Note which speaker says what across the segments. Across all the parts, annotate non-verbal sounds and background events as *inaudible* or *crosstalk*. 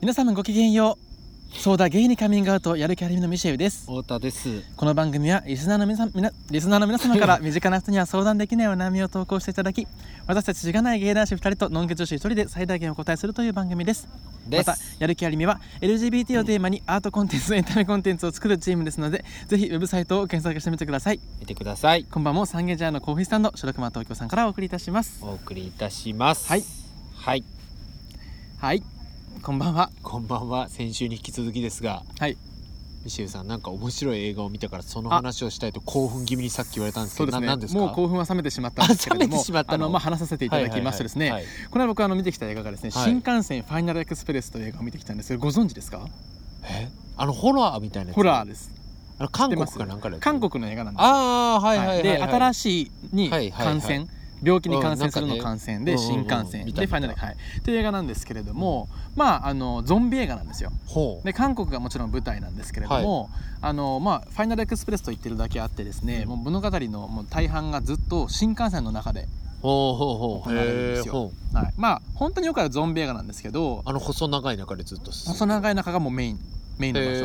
Speaker 1: 皆様ごきげんようそうだゲイにカミングアウトやる気ありみのミシェルです
Speaker 2: 太田です。
Speaker 1: この番組はリスナーの皆さん皆リスナーの皆様から身近な人には相談できないお悩みを投稿していただき私たちしがない芸男子2人とノンケ女子1人で最大限お答えするという番組です
Speaker 2: で
Speaker 1: また
Speaker 2: す。
Speaker 1: やる気ありみは LGBT をテーマにアートコンテンツエンタメコンテンツを作るチームですのでぜひウェブサイトを検索してみてください
Speaker 2: 見てください。
Speaker 1: こんばんもサンゲジャーのコーヒースタンド白熊東京さんからお送りいたします
Speaker 2: お送りいたします。
Speaker 1: はい。
Speaker 2: はい。
Speaker 1: はいこんばんは
Speaker 2: こんばんは。先週に引き続きですが、
Speaker 1: はい
Speaker 2: ミシェルさんなんか面白い映画を見たからその話をしたいと興奮気味にさっき言われたんです
Speaker 1: そ
Speaker 2: け
Speaker 1: うで
Speaker 2: ど、
Speaker 1: す
Speaker 2: な
Speaker 1: ね
Speaker 2: なんですか？
Speaker 1: もう興奮は冷めてしまったんですけれど
Speaker 2: あ冷め
Speaker 1: も
Speaker 2: てしまった
Speaker 1: あ
Speaker 2: の
Speaker 1: の、まあ、話させていただきますとですね、
Speaker 2: はいはい
Speaker 1: この間僕あの見てきた映画がですね、
Speaker 2: はい
Speaker 1: 新幹線ファイナルエクスプレスという映画を見てきたんですけどご存知ですか
Speaker 2: はいえ、あのホラーみたいなやつ。
Speaker 1: ホラーです
Speaker 2: あの韓国
Speaker 1: 知ってま
Speaker 2: か
Speaker 1: す
Speaker 2: なんかで。
Speaker 1: 韓。国の映画なんですよ
Speaker 2: ああはいはいはい、はい
Speaker 1: で新
Speaker 2: し
Speaker 1: しいに
Speaker 2: はいはいはい
Speaker 1: 感染病気に感染する
Speaker 2: う
Speaker 1: の
Speaker 2: んなんか
Speaker 1: 感
Speaker 2: ね
Speaker 1: 染
Speaker 2: う
Speaker 1: で
Speaker 2: んうんう
Speaker 1: 新
Speaker 2: ん
Speaker 1: 幹線
Speaker 2: 見た
Speaker 1: でファイナル
Speaker 2: 見た
Speaker 1: はいっていう映画なんですけれどもまああのゾンビ映画なんですよ
Speaker 2: い。ほう。
Speaker 1: で韓国がもちろん舞台なんですけれども、あのまあ、ファイナルエクスプレスと言ってるだけあってですね、
Speaker 2: うん
Speaker 1: もう物語のもう大半がずっと新幹線の中で、
Speaker 2: ほうほうほう。
Speaker 1: 行われるんですよ
Speaker 2: へーほう
Speaker 1: はい、まあ本当によくあるゾンビ映画なんですけど
Speaker 2: あの細長い中でずっと進む。
Speaker 1: 細長い中がもうメインメインの場所
Speaker 2: へ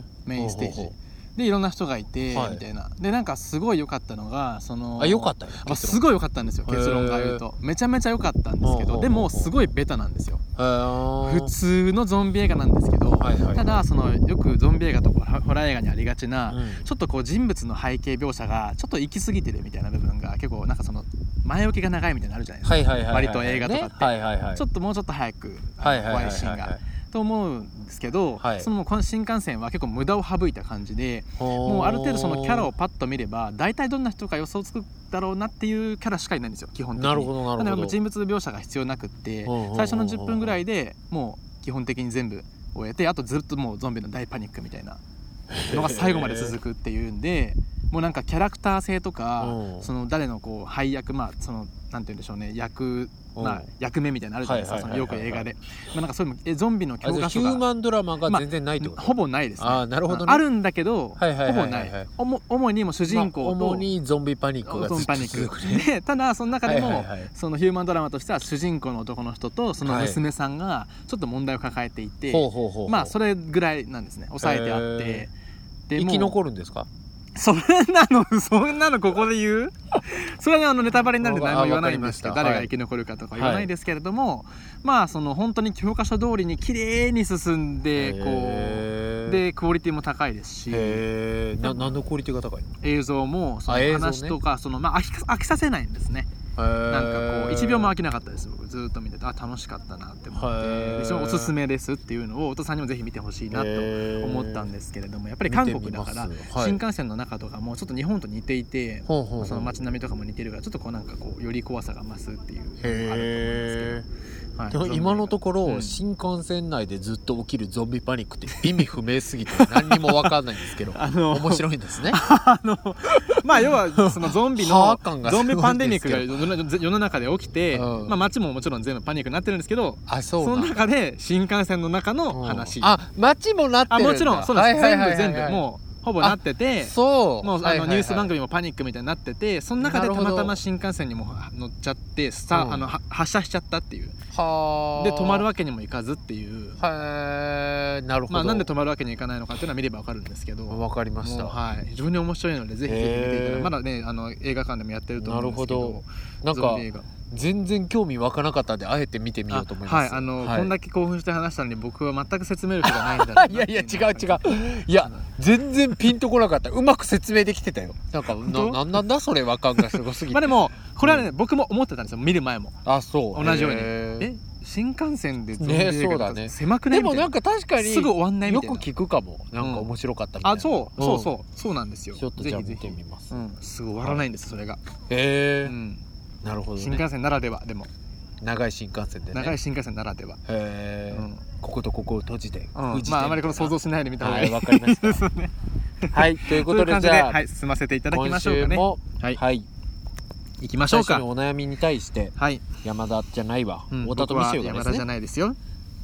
Speaker 2: ー
Speaker 1: メインステージ
Speaker 2: ほうほう
Speaker 1: でいろんな人がいて、
Speaker 2: はい
Speaker 1: みたいなでなんかすごい良かったのがその
Speaker 2: あ良かったよ。
Speaker 1: あすごい良かったんですよ
Speaker 2: へー
Speaker 1: 結論から言うとめちゃめちゃ良かったんですけ
Speaker 2: ほうほうほ
Speaker 1: ど
Speaker 2: う
Speaker 1: でもすごいベタなんですよ
Speaker 2: へー
Speaker 1: 普通のゾンビ映画なんですけど、
Speaker 2: はいはいはい
Speaker 1: ただそのよくゾンビ映画とかホラー映画にありがちな、
Speaker 2: うん
Speaker 1: ちょっとこう人物の背景描写がちょっと行き過ぎてるみたいな部分が結構なんかその前置きが長いみたいなのあるじゃないですか、
Speaker 2: はいはいはいはい、
Speaker 1: 割と映画とかって
Speaker 2: ねはいはいはい、
Speaker 1: ちょっともうちょっと早くあの怖いシーンがと思うんですけど、
Speaker 2: はい
Speaker 1: そのこの新幹線は結構無駄を省いた感じでも
Speaker 2: も
Speaker 1: うある程度そのキャラをパッと見れば大体どんな人か予想つくだろうなっていうキャラしかいないんですよ基本的に
Speaker 2: なるほどなるほど
Speaker 1: なので人物描写が必要なくって
Speaker 2: うんうんうんうん
Speaker 1: 最初の10分ぐらいでもう基本的に全部終えてあとずっともうゾンビの大パニックみたいなのが最後まで続
Speaker 2: く
Speaker 1: くっていうんでもうなんかキャラクター性とか
Speaker 2: うん
Speaker 1: その誰のこう配役まあそのなんて言うんでしょうね役まあ役目みたいなのあるじゃないですか
Speaker 2: はい
Speaker 1: そ
Speaker 2: はい
Speaker 1: の
Speaker 2: はいは
Speaker 1: よ
Speaker 2: いは
Speaker 1: く
Speaker 2: い
Speaker 1: 映画でまあなんかそういうのえゾンビの
Speaker 2: あ
Speaker 1: 教
Speaker 2: じゃあ
Speaker 1: 科
Speaker 2: ヒ
Speaker 1: 書
Speaker 2: ュー
Speaker 1: が
Speaker 2: マンドラマが全然ないってこと、
Speaker 1: ほぼないですね
Speaker 2: あーなるほどね
Speaker 1: あるんだけど
Speaker 2: はいはい
Speaker 1: ほ
Speaker 2: は
Speaker 1: ぼ
Speaker 2: い
Speaker 1: な
Speaker 2: はいいはい
Speaker 1: おも主にもう主人公
Speaker 2: まあ
Speaker 1: と
Speaker 2: 主にゾンビパニックが
Speaker 1: ゾ
Speaker 2: ず
Speaker 1: ンビ
Speaker 2: っ
Speaker 1: パ
Speaker 2: と
Speaker 1: ニッ
Speaker 2: 続
Speaker 1: ク
Speaker 2: くね
Speaker 1: でただその中でも、
Speaker 2: はいはいはい
Speaker 1: そのヒューマンドラマとしては主人公の男の人とその娘さんがちょっと問題を抱えていて、
Speaker 2: ほうほうほうほう
Speaker 1: まあそれぐらいなんですね抑えてあって、
Speaker 2: へ
Speaker 1: で
Speaker 2: 生
Speaker 1: もう
Speaker 2: き残るんですか
Speaker 1: それなの *laughs* そんなのここで言うそれはねあのネタバレになるんで何も言わないんですけど
Speaker 2: あわか
Speaker 1: 誰が
Speaker 2: りました
Speaker 1: 生き残るかとか言わないですけれども、まあその本当に教科書通りに綺麗に進んでこう
Speaker 2: で
Speaker 1: でクオリティも高いですし。
Speaker 2: へえ何のクオリティが高いの
Speaker 1: 映像もその
Speaker 2: あ映像ね
Speaker 1: 話とかその、まあ、飽き飽きさせないんですねな
Speaker 2: なん
Speaker 1: かこう1秒も飽
Speaker 2: き
Speaker 1: きなかったです僕ずっと見ててあ楽しかったなって思
Speaker 2: へ
Speaker 1: って
Speaker 2: ー
Speaker 1: でそのおすすめですっていうのをお父さんにもぜひ見てほしいなと思ったんですけれどもやっぱり韓国だから新幹線の中とかもちょっと日本と似ていて
Speaker 2: ほうほうほう
Speaker 1: その街並みとかも似てるからちょっとこうなんかこうより怖さが増すっていうのがある
Speaker 2: へえ
Speaker 1: と思うんですけ
Speaker 2: で
Speaker 1: ど、
Speaker 2: も
Speaker 1: はい、
Speaker 2: 今のところ、
Speaker 1: うん
Speaker 2: 新幹線内でずっと起きるゾンビパニックって意味不明す
Speaker 1: *laughs*
Speaker 2: ぎて何にも分かんないんですけど
Speaker 1: あの
Speaker 2: 面白いんですね。
Speaker 1: あのまあ要はそのゾンビ
Speaker 2: パ
Speaker 1: の
Speaker 2: ワー感がす
Speaker 1: ゾ
Speaker 2: ごい
Speaker 1: ン
Speaker 2: んですけど
Speaker 1: ビパンデミックが世の世の中で起きて、
Speaker 2: うん
Speaker 1: まあ、街ももちろん全部パニックになってるんですけど
Speaker 2: あそ
Speaker 1: そうの
Speaker 2: なんだ
Speaker 1: 中で新幹線の中の話、
Speaker 2: うんあ街もなって
Speaker 1: あ
Speaker 2: るんだ
Speaker 1: もちろんそうなんです、
Speaker 2: はいはいはいはい
Speaker 1: 全部全部もうほぼなってて
Speaker 2: そう
Speaker 1: もうあのニュース番
Speaker 2: 組
Speaker 1: 組もパニックみたいになっててその中でたま
Speaker 2: な
Speaker 1: た
Speaker 2: るほ
Speaker 1: ま
Speaker 2: ど
Speaker 1: 新幹線にも乗っちゃってスタ、
Speaker 2: うん
Speaker 1: あのは発車しちゃったっていう
Speaker 2: は
Speaker 1: で止まるわけにもいかずっていう
Speaker 2: けへえなるほど
Speaker 1: まあなんで止まるわけにいかないのかっていうのは見ればわかるんですけど
Speaker 2: わかりました、
Speaker 1: もうはい、非常に面白いのでぜひぜひ見ていただ
Speaker 2: へー
Speaker 1: まだねあの映画館でもやってると思うんですけ
Speaker 2: な
Speaker 1: ど
Speaker 2: るほなん
Speaker 1: ゾ
Speaker 2: か
Speaker 1: ンビ映画
Speaker 2: 全然興味湧かなかったんであえて見てみようと思います
Speaker 1: あはいあの、
Speaker 2: はい
Speaker 1: こんだけ興奮して話したのに僕は全く説明力がないんだろうなって
Speaker 2: い
Speaker 1: い
Speaker 2: やいや違う違
Speaker 1: う
Speaker 2: ういや全然ピンとこなかったうまく説明できてたよなんかな
Speaker 1: 当
Speaker 2: なんなんだそれわかんがすごすぎ
Speaker 1: *laughs*
Speaker 2: て、
Speaker 1: まあでもこれはね、僕も思ってたんですよ見る前も
Speaker 2: あそう
Speaker 1: 同じように
Speaker 2: へー
Speaker 1: え新幹線でゾンビ映
Speaker 2: ねそ
Speaker 1: 画
Speaker 2: うだ
Speaker 1: とか
Speaker 2: ね
Speaker 1: 狭くない
Speaker 2: で
Speaker 1: みた
Speaker 2: も
Speaker 1: いな,、
Speaker 2: なんか確かに
Speaker 1: すぐ終わんないみ
Speaker 2: よ
Speaker 1: たい
Speaker 2: く
Speaker 1: な
Speaker 2: 聞くかもなんか面白かったみたいな、
Speaker 1: あそうそうそうう、そうなんですよ
Speaker 2: んちょっとじゃあ
Speaker 1: ぜ
Speaker 2: 見
Speaker 1: ひぜ
Speaker 2: て
Speaker 1: ひ
Speaker 2: みます
Speaker 1: うん、すぐ終わらないんですそれが、
Speaker 2: へえ
Speaker 1: うん、
Speaker 2: なるほど、
Speaker 1: 新
Speaker 2: ね、
Speaker 1: 幹線ならではでも
Speaker 2: 長い新幹線でね
Speaker 1: 長い
Speaker 2: へ
Speaker 1: 新幹線ならでは、
Speaker 2: え、
Speaker 1: うんうん
Speaker 2: こことここを閉じて、
Speaker 1: ま
Speaker 2: 封じて
Speaker 1: ああまりこの想像しないでみた方がいい、
Speaker 2: はいわかりまし
Speaker 1: *laughs*
Speaker 2: た
Speaker 1: ですよね
Speaker 2: はいという
Speaker 1: と
Speaker 2: こ
Speaker 1: いう
Speaker 2: とで
Speaker 1: 感じ
Speaker 2: じ
Speaker 1: で、
Speaker 2: ゃあ、
Speaker 1: はい、進ませていただきま
Speaker 2: 今
Speaker 1: しょう
Speaker 2: 週
Speaker 1: かね。
Speaker 2: も
Speaker 1: はい
Speaker 2: はい
Speaker 1: 行きましょ
Speaker 2: 最
Speaker 1: う
Speaker 2: 初の
Speaker 1: か。
Speaker 2: お悩みに対して
Speaker 1: はい、
Speaker 2: 山田じゃないわ、
Speaker 1: うん
Speaker 2: 太田とミシェルが
Speaker 1: 僕は
Speaker 2: で
Speaker 1: 山田
Speaker 2: す
Speaker 1: じゃ
Speaker 2: ね
Speaker 1: ないですよ。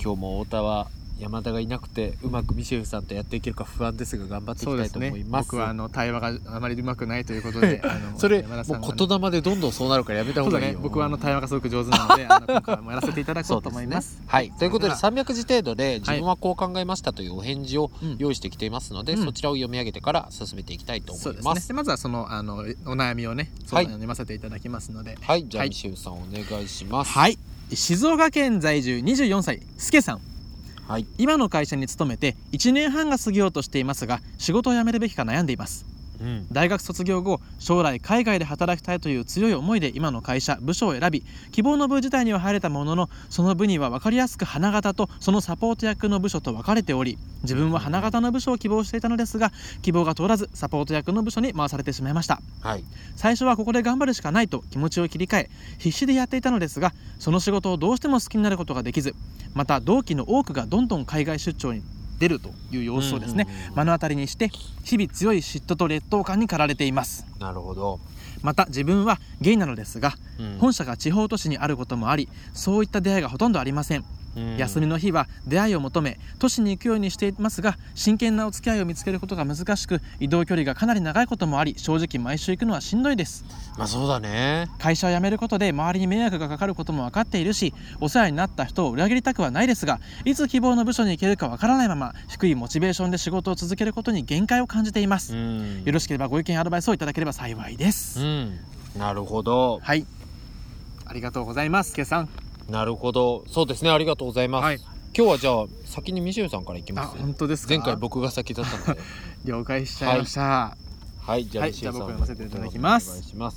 Speaker 2: 今日も太田は山田がいなくてうまくミシェフさんとやっていけるか不安ですが頑張ってい
Speaker 1: そ
Speaker 2: き
Speaker 1: う
Speaker 2: た
Speaker 1: で
Speaker 2: い
Speaker 1: す
Speaker 2: と
Speaker 1: ね
Speaker 2: 思います
Speaker 1: 僕はあの対話があまりうまくないということ *laughs* であの
Speaker 2: それも
Speaker 1: 山田
Speaker 2: う
Speaker 1: さんがね
Speaker 2: 言霊でどんどんそうなるからやめた
Speaker 1: そ
Speaker 2: 方
Speaker 1: うだ
Speaker 2: がいい
Speaker 1: ね
Speaker 2: よ
Speaker 1: 僕はあの対話がすごく上手なのであ *laughs* の今回もやらせていただこ
Speaker 2: そう
Speaker 1: うと
Speaker 2: と
Speaker 1: 思
Speaker 2: 思
Speaker 1: い
Speaker 2: い
Speaker 1: ま
Speaker 2: ますす。はい、ということで
Speaker 1: そ
Speaker 2: 300字程度で自分はこう考えましたというお返事を
Speaker 1: うん
Speaker 2: 用意してきていますので、
Speaker 1: うん
Speaker 2: そちらを読み上げてから進めていきたいと
Speaker 1: そ
Speaker 2: 思
Speaker 1: うで
Speaker 2: い
Speaker 1: す
Speaker 2: ま
Speaker 1: ね
Speaker 2: す。
Speaker 1: でまずはそのあのお悩みをね相
Speaker 2: はい
Speaker 1: 談に読ませていただきますのでは
Speaker 2: はい、じゃあ、
Speaker 1: はい
Speaker 2: ミシェフさんお願いします。
Speaker 1: い静岡県在住24歳すけさん
Speaker 2: はい、
Speaker 1: 今の会社に勤めて1年半が過ぎようとしていますが仕事を辞めるべきか悩んでいます
Speaker 2: うん、
Speaker 1: 大学卒業後将来海外で働きたいという強い思いで今の会社部署を選び希望の部自体には入れたもののその部には分かりやすく花形とそのサポート役の部署と分かれており自分は花形の部署を希望していたのですが希望が通らずサポート役の部署に回されてしまいました
Speaker 2: はい、
Speaker 1: 最初はここで頑張るしかないと気持ちを切り替え必死でやっていたのですがその仕事をどうしても好きになることができずまた同期の多くがどんどん海外出張に出るという様子をですね
Speaker 2: うんうんうん
Speaker 1: 目の当たりにして日々強い嫉妬と劣等感に駆られています
Speaker 2: なるほど。
Speaker 1: また自分はゲイなのですが
Speaker 2: うん
Speaker 1: 本社が地方都市にあることもありそういった出会いがほとんどありません
Speaker 2: うん
Speaker 1: 休みの日は出会いを求め都市に行くようにしていますが真剣なお付き合いを見つけることが難しく移動距離がかなり長いこともあり正直毎週行くのはしんどいです
Speaker 2: まあ、そうだね。
Speaker 1: 会社を辞めることで周りに迷惑がかかることも分かっているしお世話になった人を裏切りたくはないですがいつ希望の部署に行けるか分からないまま低いモチベーションで仕事を続けることに限界を感じています、
Speaker 2: ん
Speaker 1: よろしければご意見アドバイスをいただければ幸いです、
Speaker 2: うん、なるほど。
Speaker 1: はいありがとうございますけさん
Speaker 2: なるほど。そうですね。ありがとうございます。
Speaker 1: はい
Speaker 2: 今日はじゃあ先にミシェルさんからいき
Speaker 1: あ
Speaker 2: ます。
Speaker 1: 本当ですか
Speaker 2: 前回僕が先だった
Speaker 1: *laughs*
Speaker 2: ので。
Speaker 1: 了解しちゃいました、
Speaker 2: はい、じゃあ
Speaker 1: はい
Speaker 2: ミシ
Speaker 1: じゃあ
Speaker 2: ェルさん、
Speaker 1: 僕読ませていただきます
Speaker 2: お願いします。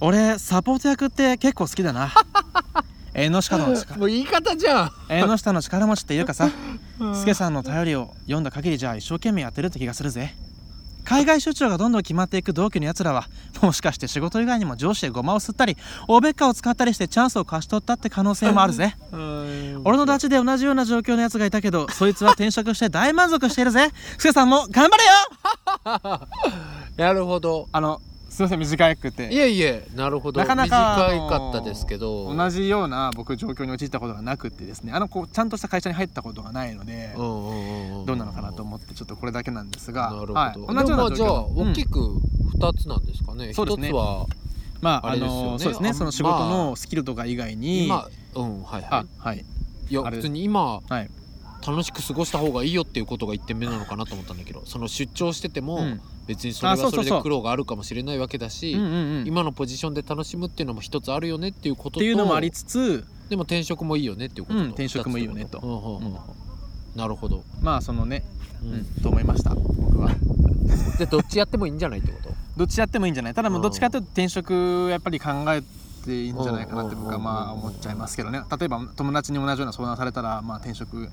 Speaker 1: 俺サポート役って結構好きだ
Speaker 2: *laughs*
Speaker 1: な縁の下の力
Speaker 2: もう言い方じゃん。
Speaker 1: 縁の下の力持ち *laughs* っていうかさスケさんの頼りを読んだ限りじゃ一生懸命やってるって気がするぜ海外出張がどんどん決まっていく同居のやつらはもしかして仕事以外にも上司でゴマを吸ったりおべっかを使ったりしてチャンスを貸し取ったって可能性もあるぜ俺のダチで同じような状況のやつがいたけどそいつは転職して大満足しているぜスケさんも頑張れよ
Speaker 2: なるほど。
Speaker 1: あのすいません短く
Speaker 2: い
Speaker 1: て
Speaker 2: えいえ、なるほど。
Speaker 1: なかなか
Speaker 2: 短かったですけど。
Speaker 1: 同じような僕状況に陥ったことがなくってですねあのこうちゃんとした会社に入ったことがないので
Speaker 2: うんうんうんうん。
Speaker 1: どうなのかなと思ってちょっとこれだけなんですが
Speaker 2: なるほど。
Speaker 1: はい
Speaker 2: でも
Speaker 1: 同じような
Speaker 2: まあじ
Speaker 1: 状
Speaker 2: ゃ
Speaker 1: 況
Speaker 2: あ
Speaker 1: うん
Speaker 2: 大きく二つなんですかね。
Speaker 1: そうで
Speaker 2: 一
Speaker 1: すね
Speaker 2: つは
Speaker 1: まあ、
Speaker 2: あ
Speaker 1: あ
Speaker 2: れですよね
Speaker 1: の、そうですね、
Speaker 2: あ
Speaker 1: その仕事のスキルとか以外に。
Speaker 2: 今、うんはいは
Speaker 1: あ、はい、
Speaker 2: い。いや
Speaker 1: あれ
Speaker 2: 普通に今
Speaker 1: はい、
Speaker 2: 楽しく過ごした方がいいよっていうことが一点目なのかなと思ったんだけど、その出張してても。
Speaker 1: うん、
Speaker 2: 別にそれは
Speaker 1: あそう
Speaker 2: そ
Speaker 1: そうそう
Speaker 2: れで苦労があるかもしれないわけだし、
Speaker 1: うん、うん、うん。っ
Speaker 2: 今のポジションで楽しむっていうのも一つあるよねっていうことと
Speaker 1: ていうのもありつつ、
Speaker 2: でも転職もいいよねっていうことと、
Speaker 1: うん転職もいいよねと
Speaker 2: 二つってことうんうんうん
Speaker 1: う
Speaker 2: なるほど、
Speaker 1: まあ、そのね、
Speaker 2: う
Speaker 1: うんん、と思いました。僕は。
Speaker 2: でどっちやってもいいんじゃないってこと
Speaker 1: どっちやってもいいんじゃない、ただ、も
Speaker 2: う
Speaker 1: うんどっちかというと、転職、やっぱり考え。ていいんじゃないかなって僕はまあ
Speaker 2: うんうんうんうん
Speaker 1: 思っちゃいますけどね例えば友達に同じような相談されたらまあ転職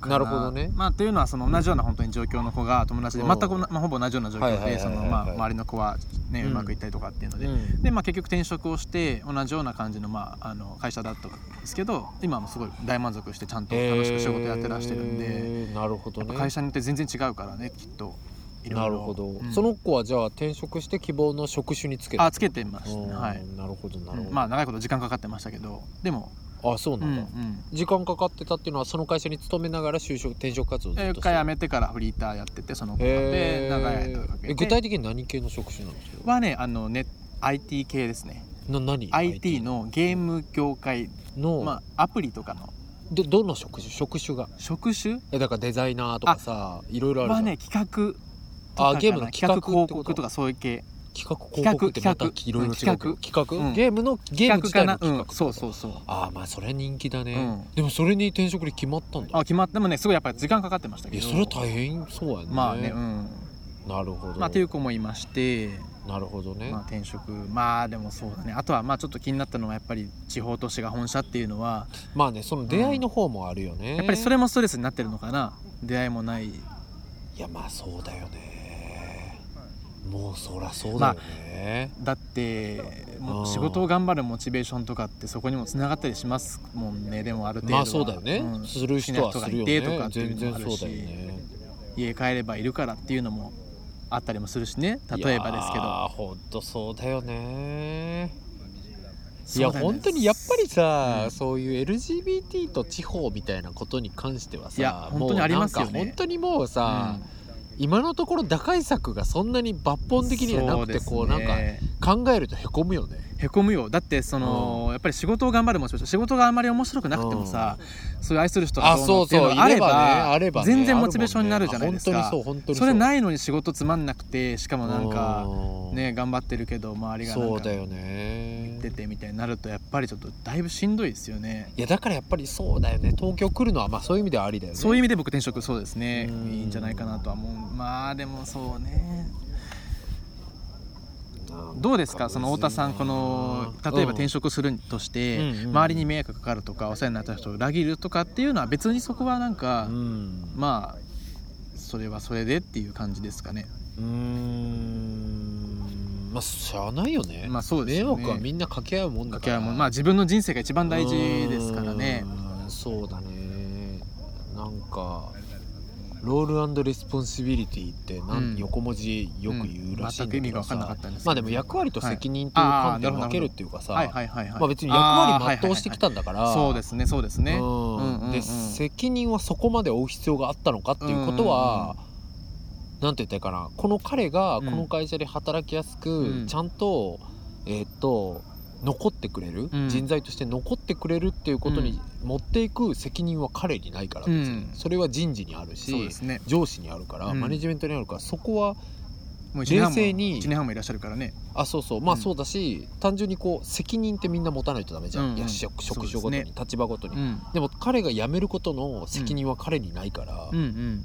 Speaker 1: か
Speaker 2: なるほどね
Speaker 1: まあっていうのはその同じような本当に状況の子が友達で
Speaker 2: うん
Speaker 1: 全く同じ、まあ、ほぼ同じような状況
Speaker 2: はいはい
Speaker 1: で
Speaker 2: はい
Speaker 1: そ
Speaker 2: はい
Speaker 1: の
Speaker 2: はい
Speaker 1: まあ周りの子はね
Speaker 2: うん
Speaker 1: うまくいったりとかっていうので
Speaker 2: うん
Speaker 1: で、まあ、結局転職をして同じような感じの,、まあ、あの会社だったんですけど今はもうすごい大満足してちゃんと楽しく仕事やってらしてるんで、
Speaker 2: へーなるほど
Speaker 1: やっぱ
Speaker 2: ね
Speaker 1: 会社によって全然違うからねきっといろいろ
Speaker 2: なるほど、
Speaker 1: うん
Speaker 2: その子はじゃあ転職して希望の職種につけた
Speaker 1: あつけてました
Speaker 2: うん
Speaker 1: ねはい、
Speaker 2: なるほどなるほど、
Speaker 1: うんまあ長いこと時間かかってましたけどでも、
Speaker 2: あそう
Speaker 1: う
Speaker 2: なん
Speaker 1: う
Speaker 2: んだ、
Speaker 1: ん、
Speaker 2: 時間かかってたっていうのはその会社に勤めながら就職転職活動をず
Speaker 1: えー
Speaker 2: っと
Speaker 1: 一
Speaker 2: して
Speaker 1: 回辞
Speaker 2: る
Speaker 1: めてからフリーターやっててその子で
Speaker 2: へ
Speaker 1: 長い間か
Speaker 2: ー
Speaker 1: けて
Speaker 2: え具体的に何系の職種なんですか
Speaker 1: はねあのね IT 系ですね
Speaker 2: な何
Speaker 1: IT のゲーム業界、
Speaker 2: の、
Speaker 1: まあ、アプリとかの
Speaker 2: どどの職種職種が
Speaker 1: 職種
Speaker 2: えだからデザイナーとかさいろいろあるじゃ
Speaker 1: は
Speaker 2: ん、
Speaker 1: ね企画とか
Speaker 2: あ
Speaker 1: かな
Speaker 2: ゲームの企
Speaker 1: 企
Speaker 2: 画
Speaker 1: 画広
Speaker 2: ってこと
Speaker 1: 告とかそういう系
Speaker 2: 企画広告ってまたいろいろ違うけど
Speaker 1: 企
Speaker 2: 企画
Speaker 1: うん
Speaker 2: ゲームのゲーム自体の企
Speaker 1: う
Speaker 2: 画
Speaker 1: ん、そうそうそう
Speaker 2: ああまあそれは人気だ
Speaker 1: う
Speaker 2: ね、
Speaker 1: ん
Speaker 2: でもそれに転職で決まったんだ
Speaker 1: あ決まってもねすごいやっぱり時間かかってましたけ
Speaker 2: い
Speaker 1: ど
Speaker 2: やそれは大変そうやね
Speaker 1: まあねうん
Speaker 2: なるほど
Speaker 1: まあという子もいまして
Speaker 2: なるほどね、
Speaker 1: まあ転職まあでもそうだねあとはまあちょっと気になったのはやっぱり地方都市が本社っていうのは
Speaker 2: まあねその出会いの方もあるよね、
Speaker 1: やっぱりそれもストレスになってるのかな出会いもない
Speaker 2: いやまあそうだよねもうそらそうだよね、
Speaker 1: だってもう
Speaker 2: あー
Speaker 1: 仕事を頑張るモチベーションとかってそこにもつながったりしますもんねでもある程度
Speaker 2: ま
Speaker 1: は
Speaker 2: あそうだよね、
Speaker 1: うん
Speaker 2: する人はする
Speaker 1: 好きな人がい
Speaker 2: よ
Speaker 1: てとか
Speaker 2: ね
Speaker 1: っていう
Speaker 2: 全
Speaker 1: の
Speaker 2: 然
Speaker 1: もあ
Speaker 2: そう
Speaker 1: るし
Speaker 2: だよね
Speaker 1: 家帰ればいるからっていうのもあったりもするしね例えばですけど
Speaker 2: ああほんとそうだよねいや
Speaker 1: そうだよね
Speaker 2: 本当にやっぱりさ、
Speaker 1: うん
Speaker 2: そういう LGBT と地方みたいなことに関してはさ
Speaker 1: いや本当にありますよね
Speaker 2: もうなんか本当にもうさ、
Speaker 1: うん
Speaker 2: 今のところ打開策がそんなに抜本的にはなくてこ
Speaker 1: そ
Speaker 2: うなん
Speaker 1: です
Speaker 2: か
Speaker 1: ね
Speaker 2: 考えるとへこむよね。
Speaker 1: へこむよだってその、やっぱり仕事を頑張るもそうだし仕事があんまり面白くなくてもさ、そういう愛する人が
Speaker 2: あ
Speaker 1: どう
Speaker 2: そ
Speaker 1: の
Speaker 2: う
Speaker 1: っていう
Speaker 2: そう
Speaker 1: のがあれば
Speaker 2: あればね
Speaker 1: 全然モチベーションになるじゃないですか
Speaker 2: あるもんねあ本当にそう本当
Speaker 1: そ
Speaker 2: に
Speaker 1: れ
Speaker 2: い
Speaker 1: ないのに仕事つまんなくてしかもなんか
Speaker 2: うん
Speaker 1: ね頑張ってるけど周りがなん
Speaker 2: そう
Speaker 1: か
Speaker 2: だよね
Speaker 1: 出てみたいになるとやっぱりちょっとだいぶしんどいですよね
Speaker 2: いやだからやっぱりそうだよね東京来るのはまあそういう意味ではありだよね
Speaker 1: そういう意味で僕転職そうですね
Speaker 2: うん
Speaker 1: いいんじゃないかなとは思うまあでもそうね
Speaker 2: なん
Speaker 1: どうですかその太田さんこの例えば転
Speaker 2: 職
Speaker 1: 職するとして、
Speaker 2: うんうんうん
Speaker 1: 周りに迷惑かかるとかお世話になった人を裏切るとかっていうのは別にそこはなんか、
Speaker 2: うん
Speaker 1: まあそれはそれでっていう感じですかね
Speaker 2: うーんまあしゃあないよね,、
Speaker 1: まあそうです
Speaker 2: 迷
Speaker 1: よね
Speaker 2: 惑はみんな掛け合うもんだ
Speaker 1: 掛
Speaker 2: か
Speaker 1: け
Speaker 2: ら
Speaker 1: 合いもまあ自分の人生が一番大事ですからね
Speaker 2: うーんそうだねなんかロールレスポンシビリティってな
Speaker 1: う
Speaker 2: ん、
Speaker 1: ん
Speaker 2: 横文字よく言うらしいん
Speaker 1: うん全く意
Speaker 2: だけどさ、
Speaker 1: 味が分かんなかったんですけど
Speaker 2: まあでも役割と責任という
Speaker 1: はいあーな
Speaker 2: 観点を
Speaker 1: るほど
Speaker 2: 分けるっていうかさ、
Speaker 1: はいはいはいはい
Speaker 2: まあ、別に役割全うしてき
Speaker 1: あ
Speaker 2: たんだから、
Speaker 1: ーはいはいはいはいそうですねそうですねう
Speaker 2: うん
Speaker 1: んうんうん
Speaker 2: で責任はそこまで負う必要があったのかっていうことは、なんて言ったらいいかなこの彼がこの会社で働きやすく、
Speaker 1: うん
Speaker 2: ちゃんとえーっと残ってくれる、
Speaker 1: うん
Speaker 2: 人材として残ってくれるっていうことに持っていく責任は彼にないから、別に
Speaker 1: うん
Speaker 2: それは人事にある
Speaker 1: そう
Speaker 2: し
Speaker 1: ですね
Speaker 2: 上司にあるから、
Speaker 1: うん
Speaker 2: マネジメントにあるからそこは
Speaker 1: もう一年半も
Speaker 2: 冷静に
Speaker 1: 一年半もいらっしゃるからね
Speaker 2: あそうそうまあ
Speaker 1: うん
Speaker 2: そうだし、単純にこう責任ってみんな持たないとダメじゃん、
Speaker 1: うんうん
Speaker 2: いや職職種
Speaker 1: そ
Speaker 2: ごと
Speaker 1: う
Speaker 2: に、
Speaker 1: ですね
Speaker 2: 立場ごとに。
Speaker 1: うん
Speaker 2: でも彼が辞めることの責任は彼にないから
Speaker 1: う、ん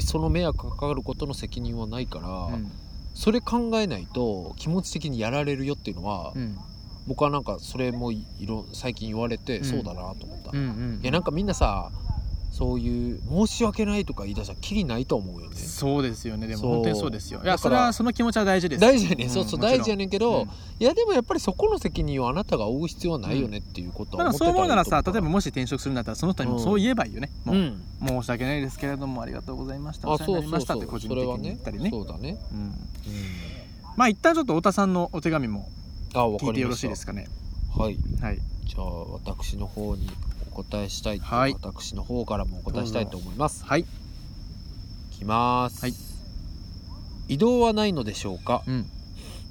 Speaker 2: その迷惑がかかることの責任はないから、
Speaker 1: うんうん
Speaker 2: それ考えないと気持ち的にやられるよっていうのは、
Speaker 1: うん
Speaker 2: 僕はなんかそれもいろ最近言われて、
Speaker 1: うん
Speaker 2: そうだなと思った、
Speaker 1: う
Speaker 2: い
Speaker 1: んうん
Speaker 2: やなんかみんなさそういう申し訳ないとか言い出したらきりないと思うよね
Speaker 1: そうですよねでも
Speaker 2: そう
Speaker 1: 本当にそうですよい
Speaker 2: だ
Speaker 1: や
Speaker 2: か
Speaker 1: そ
Speaker 2: ら
Speaker 1: れはその気持ちは大事です
Speaker 2: 大事やね、
Speaker 1: うん
Speaker 2: そうそう
Speaker 1: もちろん
Speaker 2: 大事やねんけど、いやでもやっぱりそこの責任をあなたが負う必要はないよねっていうこと
Speaker 1: だ
Speaker 2: は
Speaker 1: か
Speaker 2: 思
Speaker 1: らそ
Speaker 2: って
Speaker 1: う思うならさ
Speaker 2: た
Speaker 1: 例えばもし転職するんだったらその人にもそう言えばいいよね、
Speaker 2: う、
Speaker 1: もうん申し訳ないですけれどもありがとうございましたお
Speaker 2: あ
Speaker 1: 世話に
Speaker 2: そ
Speaker 1: なりま
Speaker 2: うそう
Speaker 1: した
Speaker 2: そ
Speaker 1: って個
Speaker 2: う
Speaker 1: 人
Speaker 2: そ
Speaker 1: 的
Speaker 2: れは
Speaker 1: に言
Speaker 2: ね
Speaker 1: ったりね
Speaker 2: そうだね、
Speaker 1: うん、
Speaker 2: うん、
Speaker 1: まあ一旦ちょっと太田さんのお手紙も
Speaker 2: あわかりました
Speaker 1: 聞いてよろしいですかね
Speaker 2: はい
Speaker 1: はい
Speaker 2: じゃあ私の方にお答えしたいと、
Speaker 1: はい
Speaker 2: 私の方からもお答えしたいと思います。
Speaker 1: はい
Speaker 2: いきます、
Speaker 1: はい
Speaker 2: 移動はないのでしょうか
Speaker 1: うん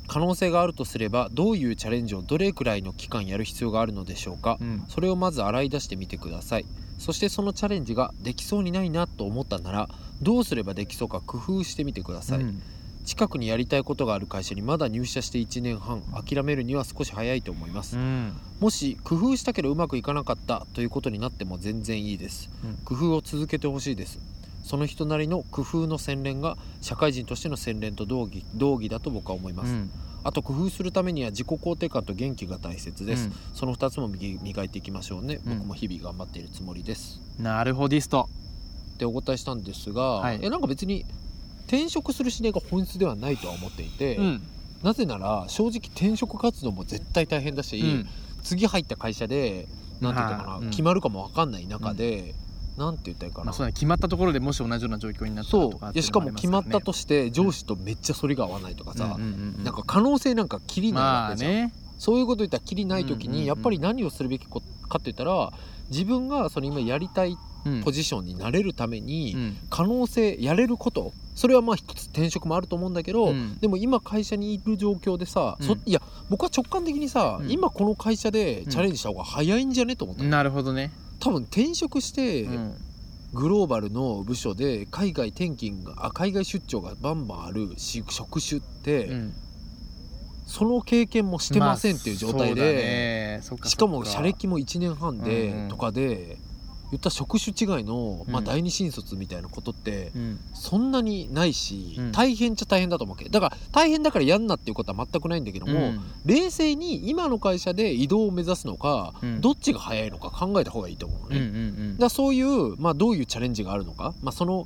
Speaker 2: 可能性があるとすればどういうチャレンジをどれくらいの期間やる必要があるのでしょうか
Speaker 1: うん
Speaker 2: それをまず洗い出してみてくださいそしてそのチャレンジができそうにないなと思ったならどうすればできそうか工夫してみてください、
Speaker 1: うん
Speaker 2: 近くにやりたいことがある会社にまだ入社して1年半諦めるには少し早いと思います
Speaker 1: うん
Speaker 2: もし工夫したけどうまくいかなかったということになっても全然いいです、
Speaker 1: うん
Speaker 2: 工夫を続けてほしいですその人なりの工夫の洗練が社会人としての洗練と同義同義だと僕は思います、
Speaker 1: うん
Speaker 2: あと工夫するためには自己肯定感と元気が大切です、
Speaker 1: うん
Speaker 2: その2つも磨磨いていきましょうね、
Speaker 1: うん
Speaker 2: 僕も日々頑張っているつもりです
Speaker 1: なるほどスト
Speaker 2: ってお答えしたんですが、
Speaker 1: はい
Speaker 2: えなんか別に転職する指令が本質ではないとは思っていて、
Speaker 1: うん
Speaker 2: なぜなら正直転職活動も絶対大変だし、
Speaker 1: うん
Speaker 2: 次入った会社でなんて言ったらいいかな、
Speaker 1: はいうん
Speaker 2: 決まるかも分かんない中で、なんて言ったらいいかな、
Speaker 1: まあそうだね決まったところでもし同じような状況になったら
Speaker 2: そう
Speaker 1: とかっ
Speaker 2: い
Speaker 1: ていう
Speaker 2: やし
Speaker 1: のあ
Speaker 2: か
Speaker 1: り
Speaker 2: も
Speaker 1: ま
Speaker 2: 決
Speaker 1: す
Speaker 2: ま
Speaker 1: ら
Speaker 2: っ
Speaker 1: ね
Speaker 2: たとして上司とめっちゃ反りが合わないとかさ、
Speaker 1: うんうんうん
Speaker 2: なんか可能性なんかきりない
Speaker 1: ま
Speaker 2: わ
Speaker 1: あ
Speaker 2: けじゃん、
Speaker 1: ね
Speaker 2: そういうこと言ったらきりない時
Speaker 1: うんうんう
Speaker 2: に
Speaker 1: ん
Speaker 2: やっぱり何をするべきこかって言ったら自分がその今やりたい
Speaker 1: うん
Speaker 2: ポジションになれるために、
Speaker 1: うん
Speaker 2: 可能性やれることそれはまあ一つ転職もあると思うんだけど、
Speaker 1: うん
Speaker 2: でも今会社にいる状況でさ、
Speaker 1: うん
Speaker 2: そいや僕は直感的にさ、
Speaker 1: うん
Speaker 2: 今この会社でチャレンジした方が早いんじゃねと思ったの、
Speaker 1: なるほどね
Speaker 2: 多分転職して、
Speaker 1: うん
Speaker 2: グローバルの部署で海外転勤があ海外出張がバンバンあるし職種って、
Speaker 1: うん
Speaker 2: その経験もしてませんっていう状態
Speaker 1: まあそうだ
Speaker 2: で、
Speaker 1: ねそっか
Speaker 2: しかも
Speaker 1: そっ
Speaker 2: 社歴も1年半で、
Speaker 1: うんうん
Speaker 2: とかで言ったら職種違いの、まあ、
Speaker 1: うん
Speaker 2: 第二新卒みたいなことって、
Speaker 1: うん
Speaker 2: そんなにないし、
Speaker 1: うん
Speaker 2: 大変っちゃ大変だと思うわけだから大変だからやんなっていうことは全くないんだけども、
Speaker 1: うん
Speaker 2: 冷静に今の会社で移動を目指すのか、
Speaker 1: うん
Speaker 2: どっちが早いのか考えた方がいいと思うの
Speaker 1: うん
Speaker 2: ね、
Speaker 1: うん
Speaker 2: だか
Speaker 1: うん
Speaker 2: らそういう、まあ、どういうチャレンジがあるのか、まあ、その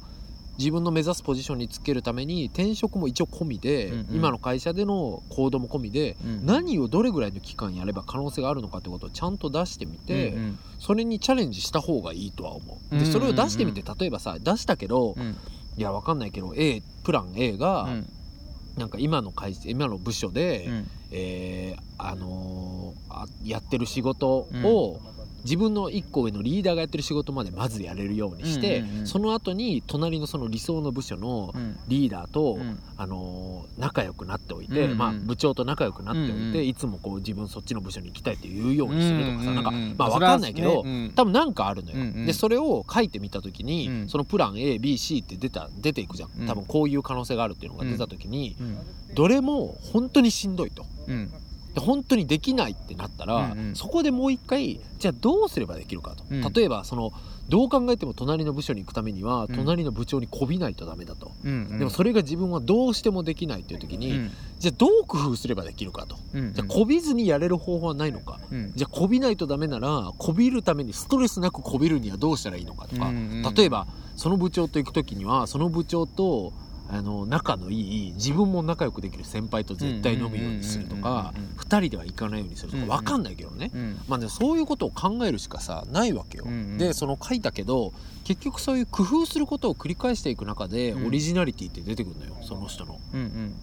Speaker 2: 自分の目指すポジションにつけるために転職も一応込みで、
Speaker 1: うんうん
Speaker 2: 今の会社での行動も込みで
Speaker 1: うん
Speaker 2: 何をどれぐらいの期間やれば可能性があるのかってことをちゃんと出してみて、
Speaker 1: うんうん
Speaker 2: それにチャレンジした方がいいとは思う。で
Speaker 1: うんうんうん
Speaker 2: それを出してみて例えばさ出したけど、
Speaker 1: うん
Speaker 2: いやわかんないけど A プラン A が、
Speaker 1: うん
Speaker 2: なんか今の会社今の部署で、
Speaker 1: うん
Speaker 2: えーあのーあやってる仕事を、自分の一個上のリーダーがやってる仕事までまずやれるようにして、
Speaker 1: うんうんうん
Speaker 2: その後に隣のその理想の部署の
Speaker 1: うん
Speaker 2: リーダーと、
Speaker 1: うん
Speaker 2: あのー仲良くなっておいて、
Speaker 1: うんうん
Speaker 2: まあ、部長と仲良くなっておいて、
Speaker 1: うんうん
Speaker 2: いつもこう自分そっちの部署に行きたいって言うようにするとかさ、なんか
Speaker 1: うう
Speaker 2: まあ
Speaker 1: そ
Speaker 2: わ
Speaker 1: れは
Speaker 2: かんないけど、
Speaker 1: ねうん
Speaker 2: 多分なんかあるのよ、
Speaker 1: うんうん
Speaker 2: でそれを書いてみた時に、
Speaker 1: うん
Speaker 2: そのプラン ABC って出た出ていくじゃ
Speaker 1: うん
Speaker 2: ん多分こういう可能性があるっていうのが出た時に、
Speaker 1: うん
Speaker 2: どれも本当にしんどいと
Speaker 1: うん
Speaker 2: で本当にできないってなったら、
Speaker 1: うんうん
Speaker 2: そこでもう一回じゃあどうすればできるかと、
Speaker 1: うん
Speaker 2: 例えばそのどう考えても隣の部署に行くためには
Speaker 1: うん
Speaker 2: 隣の部長にこびないとダメだと、
Speaker 1: うんうん
Speaker 2: でもそれが自分はどうしてもできないっていう時に、
Speaker 1: うん
Speaker 2: じゃあどう工夫すればできるかと
Speaker 1: うん
Speaker 2: じゃあこびずにやれる方法はないのか、
Speaker 1: うん
Speaker 2: じゃあこびないとダメならこびるためにストレスなくこびるにはどうしたらいいのかとか、
Speaker 1: うんうん
Speaker 2: 例えばその部長と行く時にはその部長とあの仲のいい自分も仲良くできる先輩と絶対飲むようにするとか
Speaker 1: うんうんうんうんうん
Speaker 2: 2人では行かないようにすると
Speaker 1: うんう
Speaker 2: か
Speaker 1: ん
Speaker 2: 分かんないけどね、
Speaker 1: うん
Speaker 2: まあ、でもそういうことを考えるしかさないわけよ。
Speaker 1: うんうん
Speaker 2: でその書いたけど結局そういう工夫することを繰り返していく中で
Speaker 1: うん
Speaker 2: オリジナリティって出てくるのよその人の。
Speaker 1: うん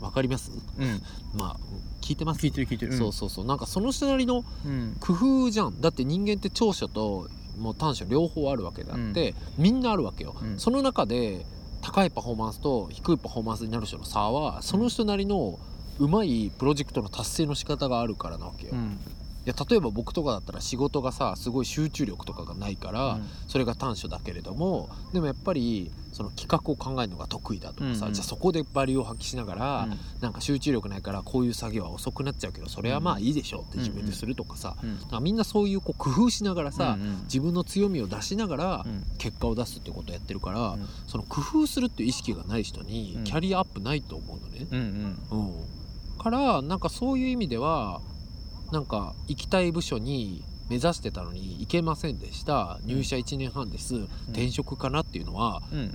Speaker 2: わかります
Speaker 1: うんうん
Speaker 2: まあ聞いてます
Speaker 1: 聞いてる聞いてる
Speaker 2: そうそうそうなんかその人なりの
Speaker 1: うん
Speaker 2: 工夫じゃんだって人間って長所ともう短所両方あるわけであって、みんなあるわけよ、
Speaker 1: うん
Speaker 2: その中で高いパフォーマンスと低いパフォーマンスになる人の差はその人なりのうまいプロジェクトの達成の仕方があるからなわけよ、
Speaker 1: う
Speaker 2: い
Speaker 1: ん
Speaker 2: や例えば僕とかだったら仕事がさすごい集中力とかがないから、
Speaker 1: うん
Speaker 2: それが短所だけれどもでもやっぱりその企画を考えるのが得意だとかさ、
Speaker 1: うんうん
Speaker 2: じゃあそこでバリューを発揮しながら、
Speaker 1: うん
Speaker 2: なんか集中力ないからこういう作業は遅くなっちゃうけどそれはまあいいでしょうって自分でするとかさ、
Speaker 1: うん
Speaker 2: だからみんなそういうこう工夫しながらさ、
Speaker 1: うんうん
Speaker 2: 自分の強みを出しながら
Speaker 1: うん
Speaker 2: 結果を出すってことをやってるから、
Speaker 1: うん
Speaker 2: その工夫するっていう意識がない人に
Speaker 1: うん
Speaker 2: キャリアアップないと思うのね。
Speaker 1: うんうん
Speaker 2: うんからなんかそういう意味ではなんか行きたい部署に目指してたのに行けませんでした入社1年半です、転職かなっていうのは
Speaker 1: うんうん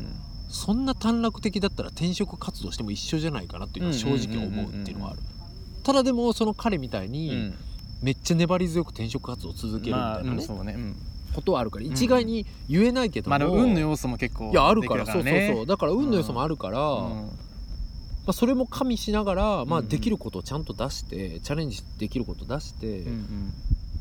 Speaker 2: そんな短絡的だったら転職活動しても一緒じゃないかなっていうのは正直思うっていうのはある。ただでもその彼みたいに、
Speaker 1: うん
Speaker 2: めっちゃ粘り強く転職活動を続けるみ
Speaker 1: ま
Speaker 2: た
Speaker 1: あ
Speaker 2: い
Speaker 1: うん
Speaker 2: なね
Speaker 1: そうねうん
Speaker 2: ことはあるから
Speaker 1: うん
Speaker 2: 一概に言えないけど
Speaker 1: ま
Speaker 2: も、
Speaker 1: あでも運の要素も結構
Speaker 2: いやあるから
Speaker 1: でき
Speaker 2: そうそうそうだから運の要素もあるから、
Speaker 1: うん
Speaker 2: まあ、それも加味しながら、ま
Speaker 1: う
Speaker 2: あ、
Speaker 1: んうん
Speaker 2: できることをちゃんと出して、チャレンジできることを出して
Speaker 1: うんうん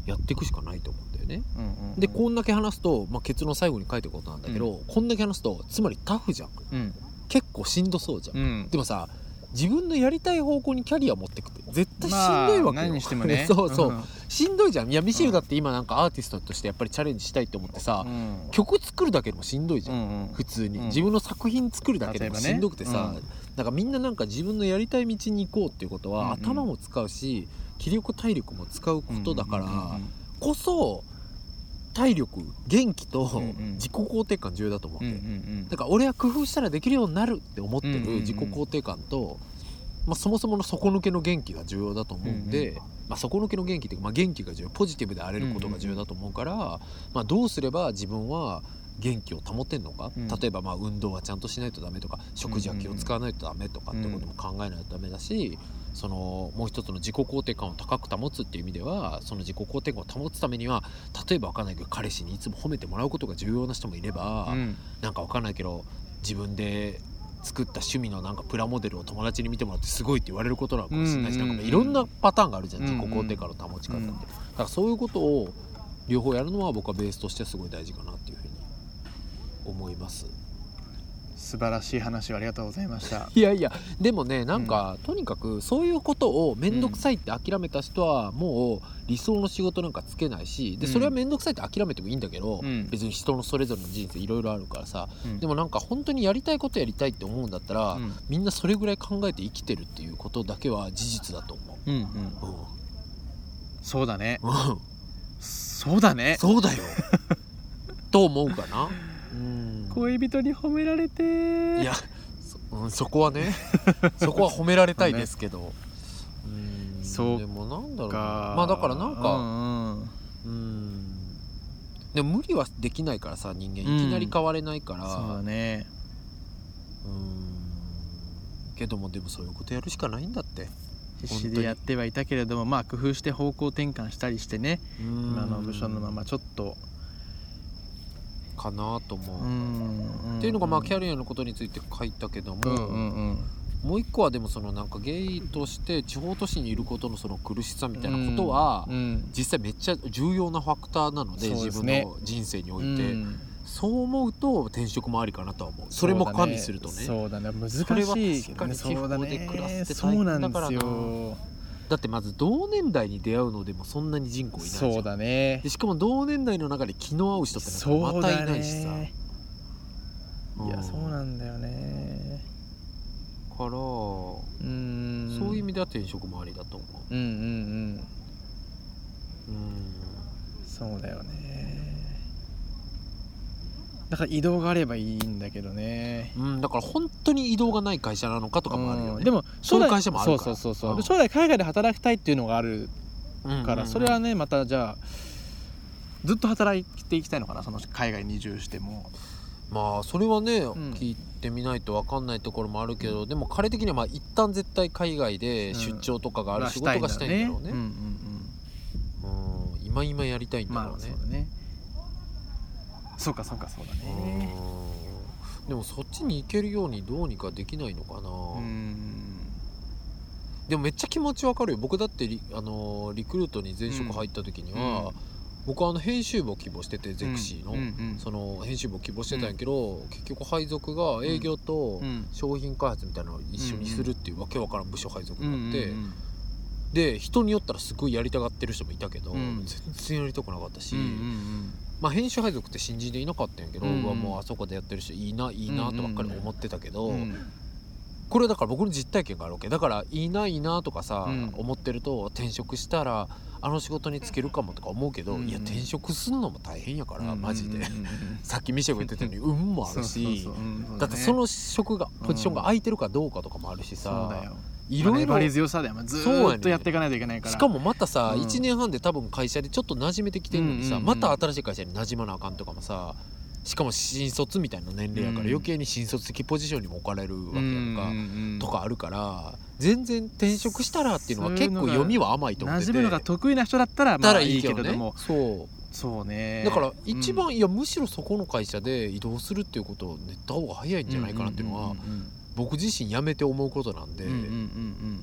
Speaker 2: やっていくしかないと思うんだよね。
Speaker 1: うんうんうん
Speaker 2: でこんだけ話すと、まあ、結論最後に書いてることなんだけど、こんだけ話すとつまりタフじゃん
Speaker 1: うん
Speaker 2: 結構しんどそうじゃん。
Speaker 1: うん
Speaker 2: でもさ自分のやりたい方向にキャリア持ってくって絶対し
Speaker 1: ま
Speaker 2: ん
Speaker 1: あ
Speaker 2: どいわけよ、
Speaker 1: 何にしてもね
Speaker 2: *laughs* そうそう、しんどいじゃんいやミシェルだって今なんかアーティストとしてやっぱりチャレンジしたいと思ってさ、
Speaker 1: うん
Speaker 2: 曲作るだけでもしんどいじゃん、
Speaker 1: うんうん
Speaker 2: 普通に、
Speaker 1: うん
Speaker 2: 自分の作品作るだけでもしんどくて
Speaker 1: 例えば
Speaker 2: さ、
Speaker 1: ね
Speaker 2: なんかみんななんか自分のやりたい道に行こうっていうことは、
Speaker 1: うんうん
Speaker 2: 頭も使うし気力体力も使うことだから
Speaker 1: うん
Speaker 2: こそ体力元気と
Speaker 1: うんうん
Speaker 2: 自己肯定感重要だと思うわ
Speaker 1: うんう
Speaker 2: け、
Speaker 1: んうん
Speaker 2: だから俺は工夫したらできるようになるって思ってる
Speaker 1: うんうんうん
Speaker 2: 自己肯定感と、まあ、そもそもの底抜けの元気が重要だと思うんで、
Speaker 1: う
Speaker 2: まあ、底抜けの元気っていうか、まあ、元気が重要ポジティブであれることが重要だと思うから、まあ、どうすれば自分は元気を保てんのか、
Speaker 1: うん
Speaker 2: 例えばまあ運動はちゃんとしないとダメとか食事は気を使わないとダメとかってことも考えないとダメだし。そのもう一つの自己肯定感を高く保つっていう意味ではその自己肯定感を保つためには例えばわかんないけど彼氏にいつも褒めてもらうことが重要な人もいれば、
Speaker 1: うん
Speaker 2: なんかわかんないけど自分で作った趣味のなんかプラモデルを友達に見てもらってすごいって言われることなのかもしれないし、
Speaker 1: うんうんうん
Speaker 2: なんかいろんなパターンがあるじゃん、
Speaker 1: うんうん
Speaker 2: 自己肯定感の保ち方って、
Speaker 1: うん
Speaker 2: だからそういうことを両方やるのは僕はベースとしてすごい大事かなっていうふうに思います
Speaker 1: 素晴らしい話をありがとうございました
Speaker 2: いやいやでもねなんか、とにかくそういうことを面倒くさいって諦めた人はもう理想の仕事なんかつけないしで
Speaker 1: うん
Speaker 2: それは面倒くさいって諦めてもいいんだけど、
Speaker 1: うん
Speaker 2: 別に人のそれぞれの人生いろいろあるからさ
Speaker 1: うん
Speaker 2: でもなんか本当にやりたいことやりたいって思うんだったら、
Speaker 1: うん
Speaker 2: みんなそれぐらい考えて生きてるっていうことだけは事実だと思
Speaker 1: うんうん
Speaker 2: う。うん
Speaker 1: そうだね
Speaker 2: うん、
Speaker 1: そうだね
Speaker 2: そうだよ *laughs* と思うかな。うん、
Speaker 1: 恋人に褒められて
Speaker 2: いやそ,、うん、そこはねそこは褒められたいですけど。うん
Speaker 1: そう
Speaker 2: でもなんだろうな
Speaker 1: か
Speaker 2: まあだからなん
Speaker 1: う
Speaker 2: か
Speaker 1: んうん
Speaker 2: うんでも無理はできないからさ人間いきなり変われないから、
Speaker 1: そうだね
Speaker 2: うんけどもでもそういうことやるしかないんだって
Speaker 1: 必死でやってはいたけれどもまあ工夫して方向転換したりしてね
Speaker 2: 今
Speaker 1: 今の部署のままちょっと
Speaker 2: かなと思う、
Speaker 1: うん
Speaker 2: っていうのがまあキャ
Speaker 1: リ
Speaker 2: リアのことについて書いたけども、
Speaker 1: うんうんうん
Speaker 2: もう一個はでもそのなんかゲイとして地方都市にいることのその苦しさみたいなことは、
Speaker 1: うん
Speaker 2: 実際めっちゃ重要なファクターなので
Speaker 1: そうで
Speaker 2: 自
Speaker 1: す
Speaker 2: 分
Speaker 1: ね
Speaker 2: の人生にお
Speaker 1: う
Speaker 2: いて、
Speaker 1: ん
Speaker 2: そう思うと転職もありかなとは思うそれも加味するとね
Speaker 1: そうだね難しい
Speaker 2: それは
Speaker 1: け
Speaker 2: 確
Speaker 1: ど
Speaker 2: か
Speaker 1: ね
Speaker 2: に地
Speaker 1: そう
Speaker 2: 方
Speaker 1: だ
Speaker 2: で暮らす
Speaker 1: ね
Speaker 2: って
Speaker 1: そ
Speaker 2: 大
Speaker 1: う
Speaker 2: 変
Speaker 1: なん
Speaker 2: だ
Speaker 1: で
Speaker 2: から
Speaker 1: す
Speaker 2: な
Speaker 1: よ
Speaker 2: だってまず同年代に出会うのでもそんなに人口いないじゃん
Speaker 1: そうだね
Speaker 2: でしかも同年代の中で気の合う人ってなんか
Speaker 1: そ
Speaker 2: ま
Speaker 1: う
Speaker 2: た
Speaker 1: だ
Speaker 2: いないしさ
Speaker 1: ねいやそう
Speaker 2: だ
Speaker 1: なんだよね
Speaker 2: からそううんいう意味では転職もありだと思う
Speaker 1: うんうんうん
Speaker 2: うん
Speaker 1: そうだよねだから移動があればいいんだけどね
Speaker 2: うん、だから本当に移動がない会社なのかとかもあるよね、
Speaker 1: うんでも
Speaker 2: そう
Speaker 1: 将
Speaker 2: い
Speaker 1: 来
Speaker 2: う会社もあるから
Speaker 1: そうそうそうそう
Speaker 2: うん
Speaker 1: で将来海外で働きたいっていうのがある
Speaker 2: うん
Speaker 1: から、それはねまたじゃあずっと働いていきたいのかなその海外に移住しても
Speaker 2: まあそれはね、
Speaker 1: ん
Speaker 2: 聞いてみないと分かんないところもあるけどでも彼的にはまあ一旦絶対海外で出張とかがある仕事がしたいんだろうね,、
Speaker 1: うんうん
Speaker 2: う
Speaker 1: んうん
Speaker 2: 今今やりたいんだ
Speaker 1: ま
Speaker 2: ろ
Speaker 1: あ
Speaker 2: う
Speaker 1: そ
Speaker 2: ね
Speaker 1: う,、だねそうかそうかそうだね
Speaker 2: うんでもそっちに行けるようにどうにかできないのかな、
Speaker 1: うん
Speaker 2: でもめっちゃ気持ち分かるよ僕だってリ,、あのーリクルートに前職入った時には、
Speaker 1: うん
Speaker 2: 僕はあの編集部を希望しててゼクシーの、
Speaker 1: うんうん
Speaker 2: その編集部を希望してたんやけど、結局配属が営業と
Speaker 1: うん
Speaker 2: 商品開発みたいなのを一緒にするっていうわけわからん部署配属
Speaker 1: うんう
Speaker 2: に
Speaker 1: ん
Speaker 2: な
Speaker 1: う
Speaker 2: って、
Speaker 1: ん
Speaker 2: で人によったらすごいやりたがってる人もいたけど、
Speaker 1: うん
Speaker 2: 全然やりたくなかったし、
Speaker 1: うんうん
Speaker 2: まあ、編集配属って新人でいなかったんやけど、
Speaker 1: う
Speaker 2: うん
Speaker 1: うん
Speaker 2: わもうあそこでやってる人いいないいなとばっかり思ってたけど、
Speaker 1: うんうん
Speaker 2: これはだから僕の実体験があるわけだからいいないいなとかさ、
Speaker 1: うん
Speaker 2: 思ってると転職したらあの仕事に就けるかもとか思うけど、
Speaker 1: うんうん
Speaker 2: いや転職すんのも大変やから、マジで、
Speaker 1: うんうんうんうん
Speaker 2: さっきミシェが言ってたように運もあるし。
Speaker 1: そうそうそううんう
Speaker 2: だってそ
Speaker 1: ね
Speaker 2: の職がポジションが空いてるかどうかとかもあるし
Speaker 1: そうだ
Speaker 2: さ、
Speaker 1: よ
Speaker 2: いろい
Speaker 1: 粘
Speaker 2: ろ
Speaker 1: り強さだよまあず
Speaker 2: そうやね
Speaker 1: ーっとやっていかないといけないから
Speaker 2: しかもまたさ、
Speaker 1: うん
Speaker 2: 1年半で多分会社でちょっと馴染めてきてるのにさ、
Speaker 1: うんうんう
Speaker 2: ま
Speaker 1: ん
Speaker 2: た新しい会社に馴染まなあかんとかもさしかも新卒みたいな年齢やから
Speaker 1: うん
Speaker 2: 余計に新卒的ポジションにも置かれるわ
Speaker 1: う
Speaker 2: け
Speaker 1: ん
Speaker 2: やんか、
Speaker 1: うんうん
Speaker 2: とかあるから全然転職したらっていうのは結
Speaker 1: そういうの
Speaker 2: 構
Speaker 1: が
Speaker 2: 読みは甘いと思っ
Speaker 1: 馴
Speaker 2: てて
Speaker 1: 染むのが得意な人だったら
Speaker 2: た
Speaker 1: ま
Speaker 2: ら
Speaker 1: あ
Speaker 2: い
Speaker 1: い
Speaker 2: い
Speaker 1: い
Speaker 2: け
Speaker 1: け
Speaker 2: ど
Speaker 1: れ
Speaker 2: ね、
Speaker 1: ども
Speaker 2: そ
Speaker 1: そうね
Speaker 2: うだから一番、いやむしろそこの会社で移動するっていうことを寝た方が早いんじゃないかなっていうのは、僕自身辞めて思うことなんで、
Speaker 1: うんうんうんうんうんう
Speaker 2: っ
Speaker 1: ん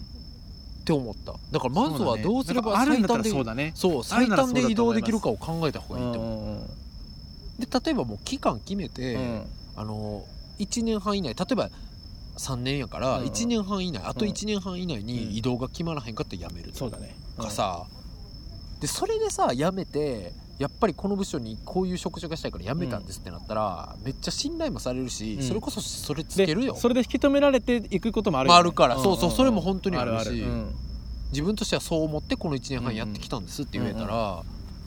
Speaker 2: て思っただから
Speaker 1: うん
Speaker 2: まずはどうすれ
Speaker 1: そうだね
Speaker 2: ば最
Speaker 1: だからあるんだったら
Speaker 2: 短で
Speaker 1: そうだね
Speaker 2: そう
Speaker 1: ある
Speaker 2: 最
Speaker 1: ならそうだと思いま
Speaker 2: 短
Speaker 1: す
Speaker 2: で移動できるかを考えた方がいいと思う
Speaker 1: うんうんうん
Speaker 2: で例えばもう期間決めて、
Speaker 1: うん
Speaker 2: あの1年半以内例えば3年やから
Speaker 1: うんうん
Speaker 2: 1年半以内、あと
Speaker 1: うん
Speaker 2: 1年半以内に移動が決まらへんかって辞める
Speaker 1: そうだね
Speaker 2: とかさ、でそれでさ辞めてやっぱりこの部署にこういう職種がしたいから辞めたんですってなったら、めっちゃ信頼もされるし、
Speaker 1: うん
Speaker 2: それこそそれつ
Speaker 1: で
Speaker 2: けるよ
Speaker 1: それで引き止められていくこともあるよ
Speaker 2: まああるからそうそうそれも本当にあるし
Speaker 1: うん
Speaker 2: 自分としてはそう思ってこの1年半やってきたんですって言えたら、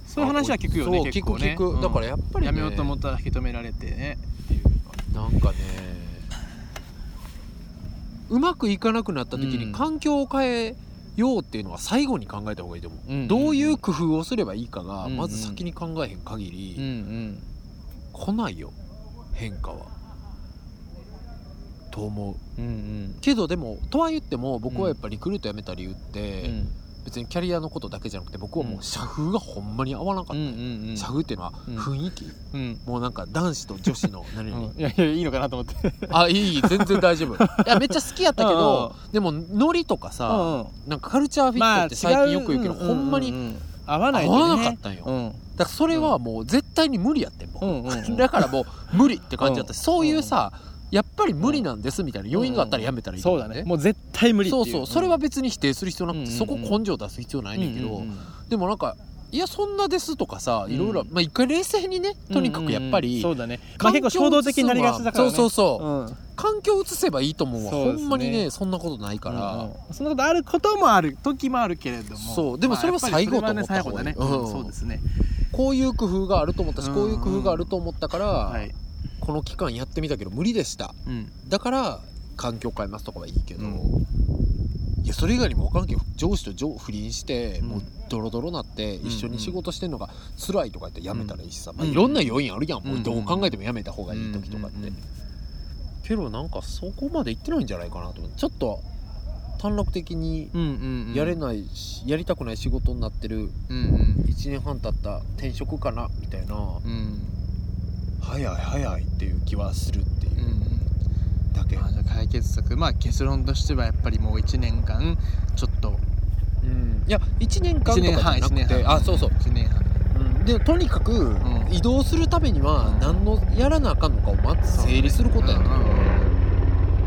Speaker 1: そういう話は聞くよね
Speaker 2: そう
Speaker 1: 結構ね
Speaker 2: 聞く聞くだから
Speaker 1: やっ
Speaker 2: やっぱり、ね、
Speaker 1: やめようと思ったら引き止められてねっていう
Speaker 2: なんかねうまくいかなくなった時
Speaker 1: う
Speaker 2: に
Speaker 1: ん
Speaker 2: 環境を変えようっていうのは最後に考えた方がいいと思う、
Speaker 1: うんうんうん
Speaker 2: どういう工夫をすればいいかが
Speaker 1: うんうん
Speaker 2: まず先に考えへん限り、
Speaker 1: ん
Speaker 2: 来ないよ変化は。と思う
Speaker 1: うんうん
Speaker 2: けどでもとは言っても僕はやっぱリクルート辞めた理由って、
Speaker 1: うん
Speaker 2: 別にキャリアのことだけじゃなくて僕はもう社風がほんまに合わなかった、
Speaker 1: うんうんうん
Speaker 2: 社風っていうのは雰囲気、
Speaker 1: うん
Speaker 2: もうなんか男子と女子 *laughs* の何々、
Speaker 1: うんいやいやいいのかなと思って
Speaker 2: あいいいい全然大丈夫 *laughs* いやめっちゃ好きやったけどでもノリとかさ
Speaker 1: あ
Speaker 2: なんかカルチャーフィットって最近よく言うけど、ほんまに
Speaker 1: 合わない
Speaker 2: 合
Speaker 1: とね
Speaker 2: わなかったんよ、
Speaker 1: う
Speaker 2: だ
Speaker 1: ん
Speaker 2: からそれはもう絶対に無理やってん僕、
Speaker 1: うんうんうん
Speaker 2: だからもう無理って感じだったし、
Speaker 1: うん
Speaker 2: そういうさやっぱり無理なんですみたいな要因があったらやめたらいいと
Speaker 1: そ
Speaker 2: 思
Speaker 1: う
Speaker 2: う
Speaker 1: だ
Speaker 2: ん
Speaker 1: ねもう絶対無理ってい
Speaker 2: そうそうそれは別に否定する必要なくて、
Speaker 1: うんうんうん
Speaker 2: そこ根性出す必要ないねんけど、
Speaker 1: うんうんうん
Speaker 2: でもなんかいやそんなですとかさ
Speaker 1: うん
Speaker 2: いろいろ、まあ一回冷静にねとにかくやっぱり、
Speaker 1: そうだね、まあ、結構衝動的になりがちだから、ね、
Speaker 2: そうそうそう、
Speaker 1: うんうん
Speaker 2: 環境を移せばいいと思うわ
Speaker 1: そうです
Speaker 2: ほ
Speaker 1: ね
Speaker 2: んまにねそんなことないから、
Speaker 1: うんそんなことあることもある時もあるけれども
Speaker 2: そうでも
Speaker 1: まあ
Speaker 2: それは最後と思った
Speaker 1: やぱりそれはね最後だね、
Speaker 2: うん
Speaker 1: うんそうですね
Speaker 2: こういう工夫があると思ったし、
Speaker 1: うん
Speaker 2: こういう工夫があると思ったから、
Speaker 1: はい、
Speaker 2: この期間やってみたけど無理でした
Speaker 1: うん、
Speaker 2: だから環境変えますとかはいいけど、
Speaker 1: うん
Speaker 2: いやそれ以外にも分からんけど上司と上不倫して、
Speaker 1: うん
Speaker 2: もうドロドロなって
Speaker 1: ん
Speaker 2: 一緒に仕事してんのが辛いとか言ってやめたらいいしさ、まあ、
Speaker 1: うん
Speaker 2: いろんな要因あるやん、もううんどう考えてもやめた方がいい時とかって、
Speaker 1: うんうんうん
Speaker 2: けどなんかそこまで行ってないんじゃないかなと思ってちょっと短絡的に
Speaker 1: うんうんうん
Speaker 2: やれないし、やりたくない仕事になってる
Speaker 1: うんうん
Speaker 2: 1年半経った転職かなみたいな
Speaker 1: うん
Speaker 2: 早い早いっていう気はするっていう、
Speaker 1: うん
Speaker 2: だけ
Speaker 1: あじゃあ解決策まあ結論としてはやっぱりもう1年間ちょっと
Speaker 2: うんいや1年間とか
Speaker 1: 1
Speaker 2: じ
Speaker 1: 年
Speaker 2: ゃ
Speaker 1: 半
Speaker 2: な
Speaker 1: 1
Speaker 2: く
Speaker 1: 年
Speaker 2: て
Speaker 1: 半
Speaker 2: あそうそう、
Speaker 1: 1年半
Speaker 2: うん、でとにかく、
Speaker 1: ん
Speaker 2: 移動するためには
Speaker 1: うん
Speaker 2: 何のやらなあかんのかをまず整理することや
Speaker 1: うん
Speaker 2: ね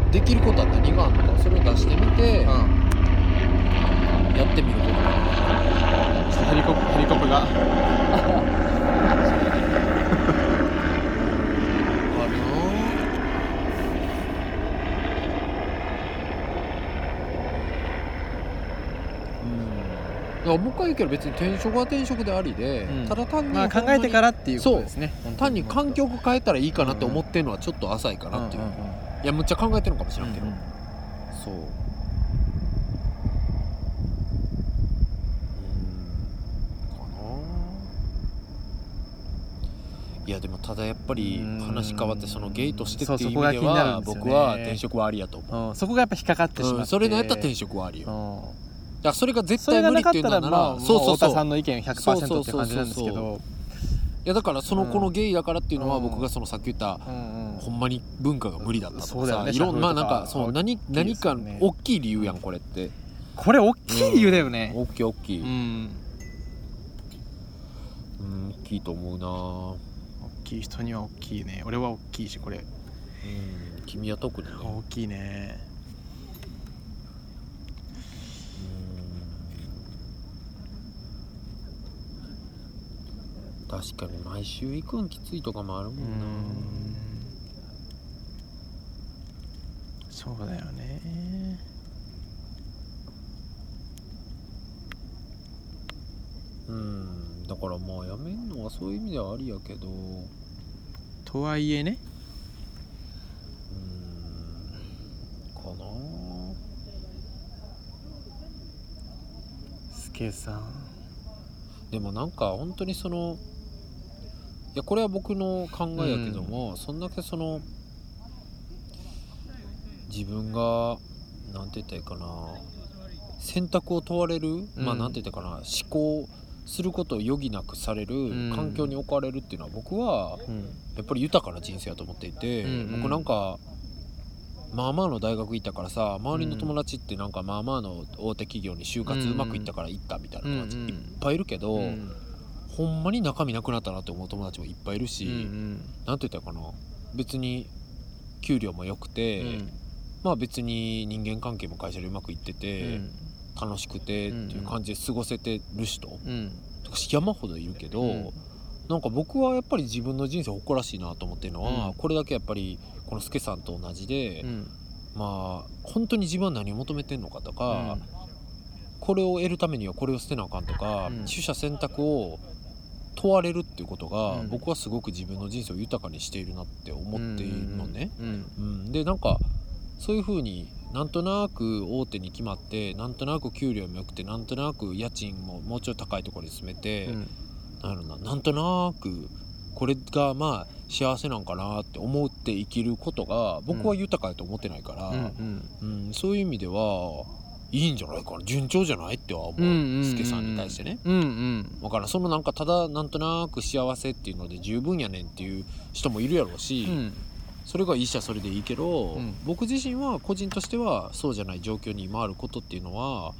Speaker 1: うん
Speaker 2: できることは何があるのかそれを出してみて、
Speaker 1: うんうん
Speaker 2: やってみることだ
Speaker 1: ヘリコプヘリコプが
Speaker 2: あるなうんいや僕は言うけど別に転職は転職でありで、
Speaker 1: うん
Speaker 2: ただ単に、
Speaker 1: まあ考えてからっていうことですね
Speaker 2: 単に環境を変えたらいいかなって
Speaker 1: うんうん
Speaker 2: 思ってるのはちょっと浅いかなっていう、
Speaker 1: うん
Speaker 2: い
Speaker 1: うんうん
Speaker 2: やむっちゃ考えてるのかもしれんけど、
Speaker 1: うん
Speaker 2: そううんかないやでもただやっぱり
Speaker 1: うん
Speaker 2: 話変わってそのゲイとしてっていう
Speaker 1: そ
Speaker 2: 意
Speaker 1: うそこが
Speaker 2: 味で
Speaker 1: 気になる
Speaker 2: は
Speaker 1: んですよね
Speaker 2: 僕は転職はありやと思
Speaker 1: うんそこがやっぱ引っかかってし
Speaker 2: う、
Speaker 1: まっ
Speaker 2: うん、
Speaker 1: て
Speaker 2: それのやったら転職はありよだ
Speaker 1: う
Speaker 2: か
Speaker 1: ん
Speaker 2: らそれが絶
Speaker 1: それが
Speaker 2: 対
Speaker 1: な
Speaker 2: 無理
Speaker 1: か
Speaker 2: っ
Speaker 1: って
Speaker 2: いう
Speaker 1: た
Speaker 2: のな
Speaker 1: ら
Speaker 2: ら
Speaker 1: まあ
Speaker 2: そうそう
Speaker 1: 太
Speaker 2: そう
Speaker 1: 田さんの意見
Speaker 2: そうそうそ
Speaker 1: 100%
Speaker 2: う
Speaker 1: って感じなんですけ
Speaker 2: そう
Speaker 1: ど
Speaker 2: いやだからその子のゲイだからっていうのは
Speaker 1: うん
Speaker 2: 僕がそのさっき言った
Speaker 1: うんうん
Speaker 2: ほんまに文化が無理だったと
Speaker 1: そう
Speaker 2: か
Speaker 1: だよ
Speaker 2: さ、
Speaker 1: ね
Speaker 2: いろんなまあなんか
Speaker 1: 社
Speaker 2: そ
Speaker 1: 風
Speaker 2: う
Speaker 1: とか大き
Speaker 2: 何
Speaker 1: いで
Speaker 2: 何
Speaker 1: すよ
Speaker 2: か
Speaker 1: ね
Speaker 2: 大きい理由やんこれって
Speaker 1: これ大きい理由だよね
Speaker 2: 大きい大きい
Speaker 1: うん
Speaker 2: うん大きいと思うな
Speaker 1: 大きい人には大きいね俺は大きいしこれ
Speaker 2: うん君は特にね
Speaker 1: 大きいね
Speaker 2: うん確かに毎週行くんきついとかもあるも
Speaker 1: うん
Speaker 2: な、
Speaker 1: んそうだよね
Speaker 2: うんだからまあやめんのはそういう意味ではありやけどうん
Speaker 1: とはいえね
Speaker 2: かな
Speaker 1: スケさん
Speaker 2: でもなんか本当にそのいやこれは僕の考えやけども、そんだけその自分がなんて言ったらいいかな選択を問われる、まあ
Speaker 1: うん
Speaker 2: なんて言ったらいいかな思考することを余儀なくされる
Speaker 1: ん
Speaker 2: 環境に置かれるっていうのは僕は
Speaker 1: うん
Speaker 2: やっぱり豊かな人生やと思っていて、
Speaker 1: うんうん
Speaker 2: 僕なんかまあまあの大学行ったからさ周りの友達ってなんかまあまあの大手企業に就活うまくいったから行ったみたいな友達
Speaker 1: うん
Speaker 2: い
Speaker 1: うん
Speaker 2: っぱいいるけど、
Speaker 1: うん
Speaker 2: ほんまに中身なくなったなって思う友達もいっぱいいるし、
Speaker 1: うん
Speaker 2: なんて言ったらいいかな別に給料も良く
Speaker 1: う
Speaker 2: て、
Speaker 1: ん
Speaker 2: まあ別に人間関係も会社でうまくいって
Speaker 1: う
Speaker 2: て、
Speaker 1: ん
Speaker 2: 楽しくてっていう感じで過ごせてる人、
Speaker 1: うん
Speaker 2: とか山ほどいるけど、
Speaker 1: うん
Speaker 2: なんか僕はやっぱり自分の人生誇らしいなと思ってるのは、
Speaker 1: うん
Speaker 2: これだけやっぱりこのスケさんと同じで、
Speaker 1: うん
Speaker 2: まあ本当に自分は何を求めてんのかとか、これを得るためにはこれを捨てなあかんとか、
Speaker 1: うん
Speaker 2: 取捨選択を問われるっていうことが、
Speaker 1: うん
Speaker 2: 僕はすごく自分の人生を豊かにしているなって思っているのね。
Speaker 1: うん
Speaker 2: うん、でなんかそういうふうになんとなく大手に決まってなんとなく給料も良くてなんとなく家賃ももうちょい高いところに住めて、
Speaker 1: うん
Speaker 2: なるななんとなくこれがまあ幸せなんかなって思って生きることが僕は豊かやと思ってないから、
Speaker 1: う
Speaker 2: うん
Speaker 1: ん
Speaker 2: そういう意味ではいいんじゃないかな順調じゃないっては思う,、
Speaker 1: うんうんうん
Speaker 2: スケさんに対してね。
Speaker 1: うんうん
Speaker 2: わからんそのなんかただなんとなく幸せっていうので十分やねんっていう人もいるやろうし、
Speaker 1: うん
Speaker 2: それがいいしはそれでいいけど、
Speaker 1: うん
Speaker 2: 僕自身は個人としてはそうじゃない状況に今あることっていうのは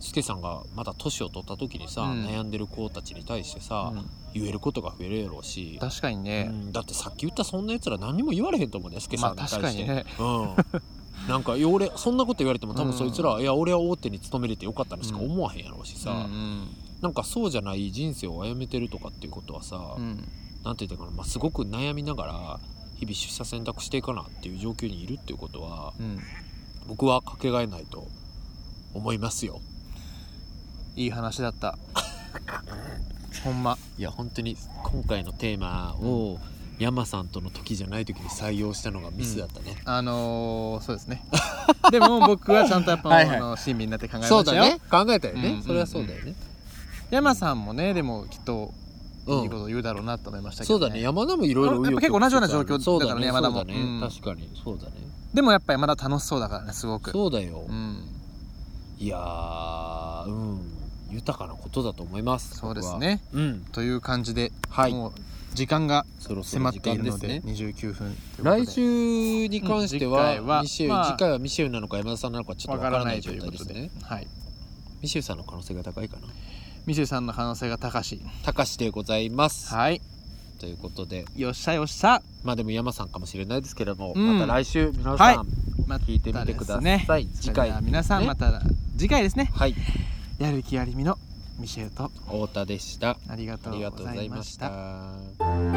Speaker 2: スケさんがまた年を取った時にさ、
Speaker 1: うん
Speaker 2: 悩んでる子たちに対してさ、
Speaker 1: うん
Speaker 2: 言えることが増えるやろうし、
Speaker 1: 確かに
Speaker 2: う
Speaker 1: ね
Speaker 2: ん、だってさっき言ったそんなやつら何にも言われへんと思うねスケ
Speaker 1: ま
Speaker 2: さ
Speaker 1: あ
Speaker 2: んに対
Speaker 1: 確か
Speaker 2: して、
Speaker 1: にね
Speaker 2: うん、なんかいや俺そんなこと言われても多分そいつら、いや俺は大手に勤めれてよかったのしか思わへんやろうしさ、
Speaker 1: うん
Speaker 2: なんかそうじゃない人生を歩めてるとかっていうことはさ、
Speaker 1: うんうん
Speaker 2: なんて言ったかな、まあ、すごく悩みながら日々出社選択していかなっていう状況にいるっていうことは
Speaker 1: うん
Speaker 2: 僕はかけがえないと思いますよ
Speaker 1: いい話だ
Speaker 2: *laughs*
Speaker 1: ったほんま
Speaker 2: いや本当に今回のテーマを山さんとの時じゃない時に採用したのがミスだったね、
Speaker 1: あのー、そうです
Speaker 2: *laughs*
Speaker 1: ねでも僕はちゃんとやっぱ
Speaker 2: はいはい
Speaker 1: あの親身になって考えました
Speaker 2: そ
Speaker 1: よ
Speaker 2: うだね考えたよね、
Speaker 1: うん
Speaker 2: それはそうだよね、
Speaker 1: 山さんもねでもきっと
Speaker 2: うん
Speaker 1: いいこと言うだろうなと思いましたけ
Speaker 2: そ
Speaker 1: ど、ね
Speaker 2: うだね山田もいろいろ紆余
Speaker 1: やっぱ結構同じような状況
Speaker 2: そう
Speaker 1: だからね山
Speaker 2: 山
Speaker 1: 田
Speaker 2: 田
Speaker 1: も
Speaker 2: も、そうだね
Speaker 1: うん
Speaker 2: 確かにそうだね
Speaker 1: でもやっぱりまだ楽しそうだからねすごく
Speaker 2: そうだよ、
Speaker 1: うん
Speaker 2: いやーうん豊かなことだと思います
Speaker 1: そうですね
Speaker 2: 僕はうん
Speaker 1: という感じで、
Speaker 2: はい
Speaker 1: もう時間が
Speaker 2: そろそろ
Speaker 1: 迫っ
Speaker 2: 時
Speaker 1: てい
Speaker 2: 間
Speaker 1: る
Speaker 2: で
Speaker 1: の
Speaker 2: す
Speaker 1: で
Speaker 2: ね
Speaker 1: 29分ということで
Speaker 2: 来週に関して
Speaker 1: う
Speaker 2: は,、
Speaker 1: ん次回は
Speaker 2: ミシェル、
Speaker 1: まあ
Speaker 2: 次回はミシェルなのか山田さんなのかちょ
Speaker 1: わ
Speaker 2: っと
Speaker 1: か
Speaker 2: わかららな
Speaker 1: ない
Speaker 2: い
Speaker 1: と
Speaker 2: 状
Speaker 1: いうこ
Speaker 2: 態で
Speaker 1: と
Speaker 2: す
Speaker 1: で
Speaker 2: ね
Speaker 1: はい、
Speaker 2: ミシェルさんの可能性が高いかな
Speaker 1: ミシェルさんの可能性が高し
Speaker 2: 高しでございます、
Speaker 1: はい
Speaker 2: ということで
Speaker 1: よっしゃよっしゃ
Speaker 2: まあでも山さんかもしれないですけれども、
Speaker 1: うん
Speaker 2: また来週皆さん、
Speaker 1: はいま
Speaker 2: 聞いてみてください、
Speaker 1: また
Speaker 2: 次
Speaker 1: それでは
Speaker 2: 回
Speaker 1: 皆さん
Speaker 2: ね
Speaker 1: また次回ですね
Speaker 2: はい
Speaker 1: やる気ありみのミシェルと
Speaker 2: 太田でした
Speaker 1: ありがと
Speaker 2: あ
Speaker 1: う
Speaker 2: りが
Speaker 1: ご
Speaker 2: とう
Speaker 1: ざ
Speaker 2: ござ
Speaker 1: い
Speaker 2: い
Speaker 1: ま
Speaker 2: ま
Speaker 1: し
Speaker 2: したた。